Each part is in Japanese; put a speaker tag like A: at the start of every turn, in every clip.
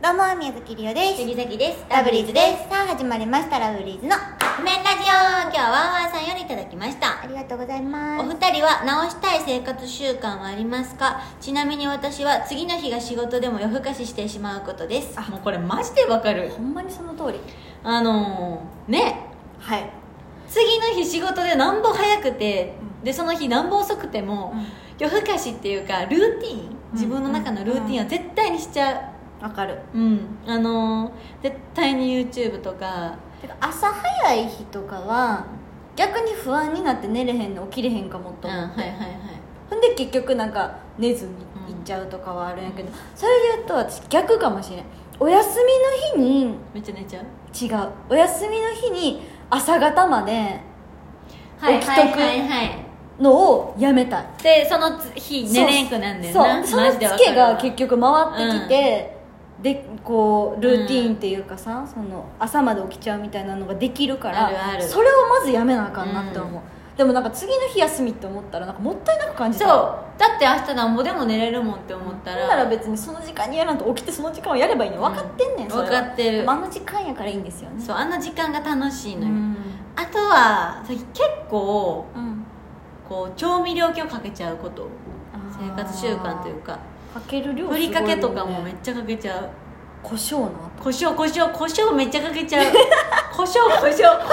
A: どうも宮崎りおです
B: 杉崎です
A: ラブリーズですさあ始まりましたラブリーズのあ
B: 譜面ラジオ今日はワンワンさんよりいただきました
A: りがとうござい
B: お
A: ます
B: 二人は直したい生活習慣はありますかちなみに私は次の日が仕事でも夜更かししてしまうことです
A: あ
B: もうこれマジでわかる
A: ほんまにその通り
B: あのーね
A: はい、
B: 次の日仕事でなんぼ早くてでその日なんぼ遅くても夜更かしっていうかルーティン自分の中のルーティンは絶対にしちゃ
A: わかる
B: ううんあのー絶対に YouTube とか
A: てか朝早い日とかは逆に不安になって寝れへんの起きれへんかもと
B: うん
A: 思
B: はい
A: って、
B: はいはい
A: ほんで結局なんか寝ずに
B: うん
A: 行っちゃうとかはあるんやけど、それで言うと私逆かもしれんお休みの日に
B: めっちゃ寝ちゃう
A: 違うお休みの日に朝方まで
B: はい
A: 起
B: は
A: きと
B: い
A: く
B: はいはい
A: のをやめたい
B: でその日寝れんくなんねん
A: そう
B: な
A: その
B: マジ
A: ツ
B: でわか
A: ケ
B: るわ
A: が結局回ってきて、でこうルーティーンっていうかさ、その朝まで起きちゃうみたいなのができるから
B: あるある
A: それをまずやめなあかんなって思う、でもなんか次の日休みって思ったらなんかもったいなく感じ
B: そ
A: た
B: うだって明日なんぼでも寝れるもんって思った
A: ほ
B: ら
A: んなら別にその時間にやらんと起きてその時間をやればいいの分かってんねん、
B: うん
A: それは
B: 分かってる
A: でもあの時間やからいいんですよね
B: そうあの時間が楽しいうのよ、
A: ん
B: あとは結構
A: うん
B: こう調味料系をかけちゃうこと
A: あー
B: 生活習慣というか
A: かける量す
B: ふ
A: ごい
B: りかけとかも
A: よ
B: めっ
A: ね
B: ちゃかけちゃう
A: 胡椒な
B: 胡椒胡椒胡椒めっちゃかけ ちゃう胡椒胡椒胡椒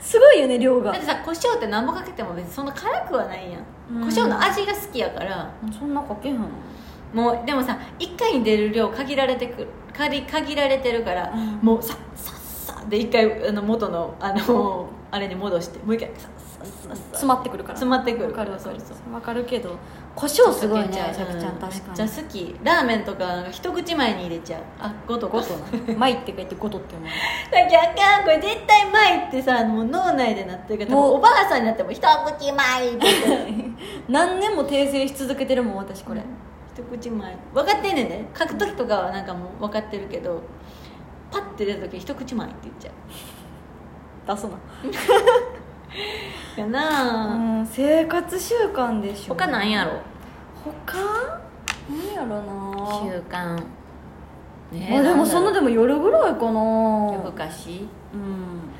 A: すごいよね量が
B: だってさ胡椒って何もかけても別にそんな辛くはないやん、
A: うん
B: 胡椒の味が好きやから
A: そんなかけへんの
B: もうでもさ1回に出る量限られてくる限限られてるから、
A: うん
B: もうささっさで1回あの元のあのあれに戻してもう1回さっさっさ
A: 詰まってくるから
B: 詰まってくる
A: わかるわ
B: そ
A: か
B: う
A: る
B: そう
A: わかるけど胡椒すごいね
B: かけ
A: さきちゃん確
B: うめ
A: か
B: っ
A: に
B: ちゃ好きラーメンとかなんか一口前に入れちゃうあごと
A: ゴ
B: ごと
A: ト
B: さ
A: なマイって書いてゴトって思う
B: っきあかんこれ絶対前ってさもう脳内でなってるから
A: もう
B: 多分おばあさんになっても一口前 って言ってる
A: 何年も訂正し続けてるもん私これ、
B: 一口前分かってんねんね書く時とかはなんかもう分かってるけどパッて出た時一口前って言っちゃう
A: 出すな
B: やなあ、
A: うん生活習慣でしょ
B: 他なんやろ
A: 他何やろな
B: 慣ね
A: まあでもその
B: で
A: でも夜ぐらいかな
B: 夜更かし
A: うん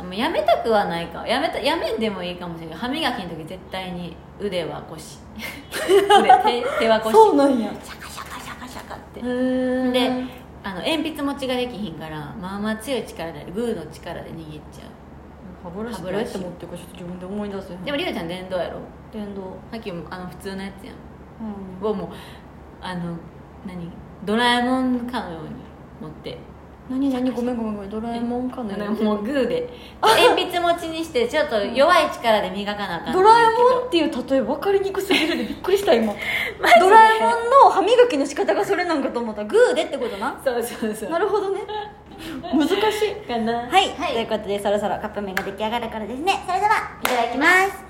B: あもうやめたくはないかやめたやめんでもいいかもしれない歯磨きの時絶対に腕は 腰腕手手は腰
A: そうなんやへ
B: シャカシャカシャカシャカって
A: え
B: であの鉛筆持ちができひんからまあまあ強い力でグーの力で握っちゃ
A: 歯ブラシ
B: 歯
A: ど
B: ブ
A: うや
B: ラ
A: っ
B: シ
A: て持ってるかちょっと自分で思い出せへん
B: うでもりおちゃん電動やろ
A: 電動
B: さっきもあの普通のやつやん
A: うん
B: をもうあの何ドラえもんかのように持って
A: 何何ごめんごめんごめんドラえもんか
B: あ
A: ね
B: のもうグーで鉛筆持ちにしてちょっと弱い力で磨かなあかん
A: ドラえもんっていう例え分かりにくすぎるでびっくり した今ドラえもんの歯磨きの仕方がそれなんかと思ったグーでってことな
B: そうそうそう
A: なるほどね難しい
B: かな
A: はい、ということでそろそろカップ麺が出来上がるからですねそれではいただきます